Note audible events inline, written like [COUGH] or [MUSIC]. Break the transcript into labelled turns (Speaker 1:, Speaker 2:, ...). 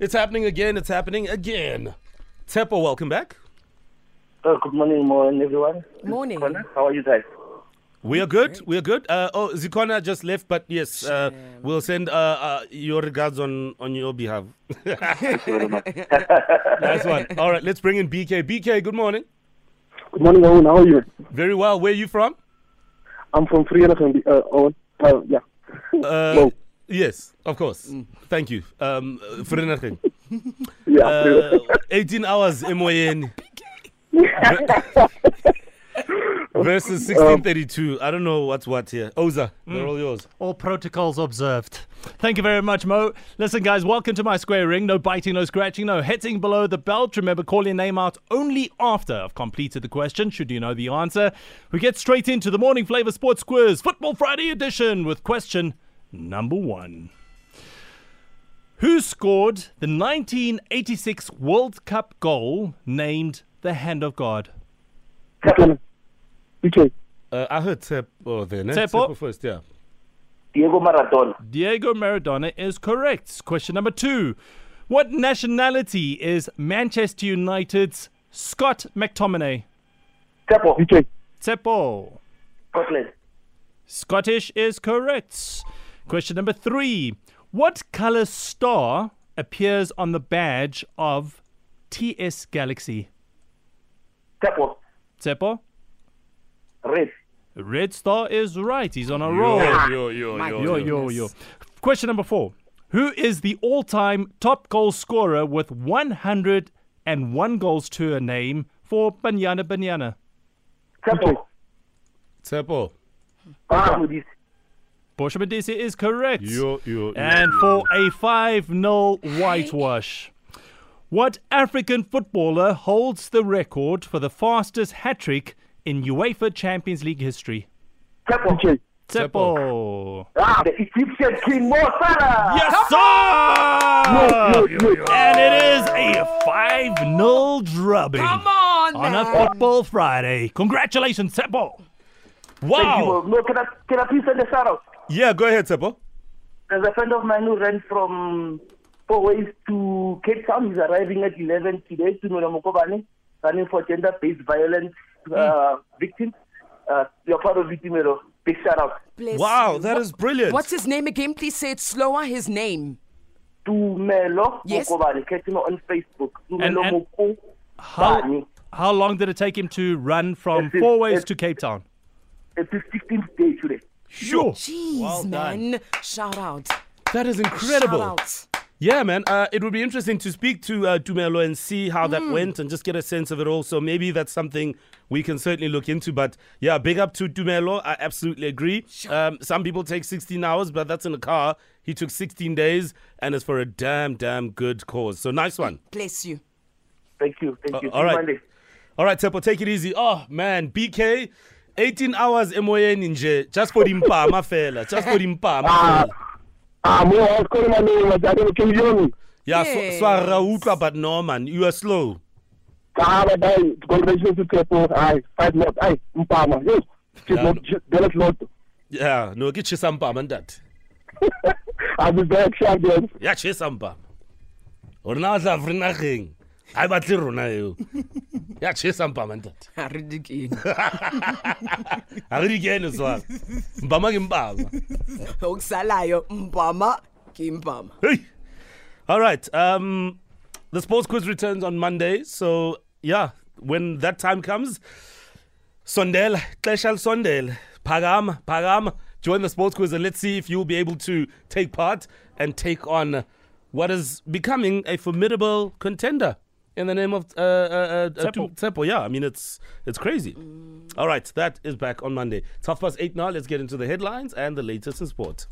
Speaker 1: It's happening again. It's happening again. Tepo, welcome back.
Speaker 2: Uh, good morning, morning everyone.
Speaker 3: Morning.
Speaker 2: Connor, how are you guys?
Speaker 1: We are good. We are good. Uh, oh, Zikona just left, but yes, uh, we'll send uh, uh, your regards on, on your behalf. nice one. All right, let's bring in BK. BK, good morning.
Speaker 2: Good morning, Owen. How are you?
Speaker 1: Very well. Where are you from?
Speaker 2: I'm from Vreeland, uh, Owen. Uh, yeah.
Speaker 1: Uh,
Speaker 2: Wow.
Speaker 1: Yes, of course. Thank you. Um, uh, for nothing.
Speaker 2: Yeah.
Speaker 1: Uh, 18 hours MYN versus 1632. I don't know what's what here. Oza, they're all yours.
Speaker 4: Hmm. All protocols observed. Thank you very much, Mo. Listen, guys, welcome to my square ring. No biting, no scratching, no hitting below the belt. Remember, call your name out only after I've completed the question, should you know the answer. We get straight into the Morning Flavor Sports Quiz, Football Friday edition, with question number one. Who scored the 1986 World Cup goal named the Hand of God?
Speaker 2: Connor. BK.
Speaker 1: Uh, I heard Tepo then. Eh?
Speaker 4: Tshepo.
Speaker 1: first, yeah.
Speaker 2: Diego Maradona.
Speaker 4: Diego Maradona is correct. Question number two. What nationality is Manchester United's Scott McTominay?
Speaker 2: Tepo. BK.
Speaker 4: Tsepo.
Speaker 2: Scotland.
Speaker 4: Scottish is correct. Question number three. What color star appears on the badge of TS Galaxy?
Speaker 2: Tepo.
Speaker 4: Tsepo.
Speaker 2: Red.
Speaker 4: Red star is right. He's on a roll.
Speaker 1: Yo, yo,
Speaker 3: My
Speaker 1: yo, yo.
Speaker 4: Yo, yo, yo. Question number four. Who is the all time top goal scorer with 101 goals to her name for Banyana Banyana?
Speaker 2: Tepo.
Speaker 1: Tepo.
Speaker 2: Ah. with this.
Speaker 4: Borsha Badisi is correct.
Speaker 1: Yo, yo, yo.
Speaker 4: And for a 5 0 whitewash. What African footballer holds the record for the fastest hat trick in UEFA Champions League history?
Speaker 2: Tepo. BK.
Speaker 4: Tsepo.
Speaker 2: Ah, the Egyptian king Mo Salah.
Speaker 4: Yes, sir!
Speaker 2: Yo, yo, yo.
Speaker 4: And it is a 5 0 drubbing.
Speaker 3: Come on,
Speaker 4: on
Speaker 3: man.
Speaker 4: a football Friday. Congratulations, Seppo.
Speaker 2: Thank you.
Speaker 4: Wow.
Speaker 2: Mo. No, can I, can I please send a shout out?
Speaker 1: Yeah, go ahead, Tepo.
Speaker 2: There's a friend of mine who ran from four ways to Cape Town. He's arriving at 11 today to Mokobane, running for gender based violence uh, victims. Uh, you're part of it, Mero. Big shout out
Speaker 3: Bless
Speaker 1: Wow,
Speaker 3: you.
Speaker 1: that
Speaker 3: What-
Speaker 1: is brilliant.
Speaker 3: What's his name again? Please say it slower. His name.
Speaker 2: to Melo
Speaker 3: Yes.
Speaker 2: Mokobane. Catch him on Facebook.
Speaker 4: And- and-
Speaker 2: Tumelo Mokobane.
Speaker 4: How, how long did it take him to run from
Speaker 2: It's- it's-
Speaker 4: Four Ways
Speaker 2: it's-
Speaker 4: to Cape Town?
Speaker 2: It's his 16th day e today.
Speaker 4: Sure.
Speaker 3: Jeez,
Speaker 4: Well done.
Speaker 3: man. Shout out.
Speaker 1: That is incredible.
Speaker 3: Shout out.
Speaker 1: Yeah, man. Uh, it would be interesting to speak to uh, Dumelo and see how
Speaker 3: Hmm.
Speaker 1: that went and just get a sense of it all. So maybe that's something we can certainly look into. But yeah, big up to Dumelo. I absolutely agree. Um, some people take 16 hours, but that's in a car. He took 16 days, and it's for a damn, damn good cause. So nice one.
Speaker 3: Bless you. [LAUGHS]
Speaker 2: Thank you. Thank you.
Speaker 1: all
Speaker 2: See you
Speaker 1: right.
Speaker 2: Monday.
Speaker 1: All right, Tepo, take it easy. Oh, man. BK, 18 hours emoyeni nje. Just for Dimpa,
Speaker 2: [LAUGHS]
Speaker 1: my fella. Just for Dimpa.
Speaker 5: Ah, ah, Mo, I was calling my name, but I don't can you hear me?
Speaker 1: Yeah,
Speaker 3: Yes.
Speaker 1: so, so I rautla, but no, man. You are slow.
Speaker 5: Ah, but I, congratulations to Kepo. Aye, five not. Aye, Mpama. Yes, she's
Speaker 1: Yeah.
Speaker 5: not, she's not.
Speaker 1: Yeah, no, get your sampa, man, that.
Speaker 5: [LAUGHS] I'll be back, sharp, yes.
Speaker 1: ya chesamba rona a tla frena geng ga e batle rona eo ya chesamba mantate
Speaker 3: Haridikini.
Speaker 1: ga re dikene tswana mpama ke mpama
Speaker 3: Okusalayo mbama kimbama.
Speaker 1: hey. all right um, the sports quiz returns on monday so yeah when that time comes sondela xesha lisondele phakama phakama join the sports quiz and let's see if you'll be able to take part and take on what is becoming a formidable contender in the name of uh, uh, uh, uh,
Speaker 4: Tshepo.
Speaker 1: Tsepo, yeah, I mean it's it's crazy. All right, that is back on Monday. It's half past eight now. Let's get into the headlines and the latest in sport.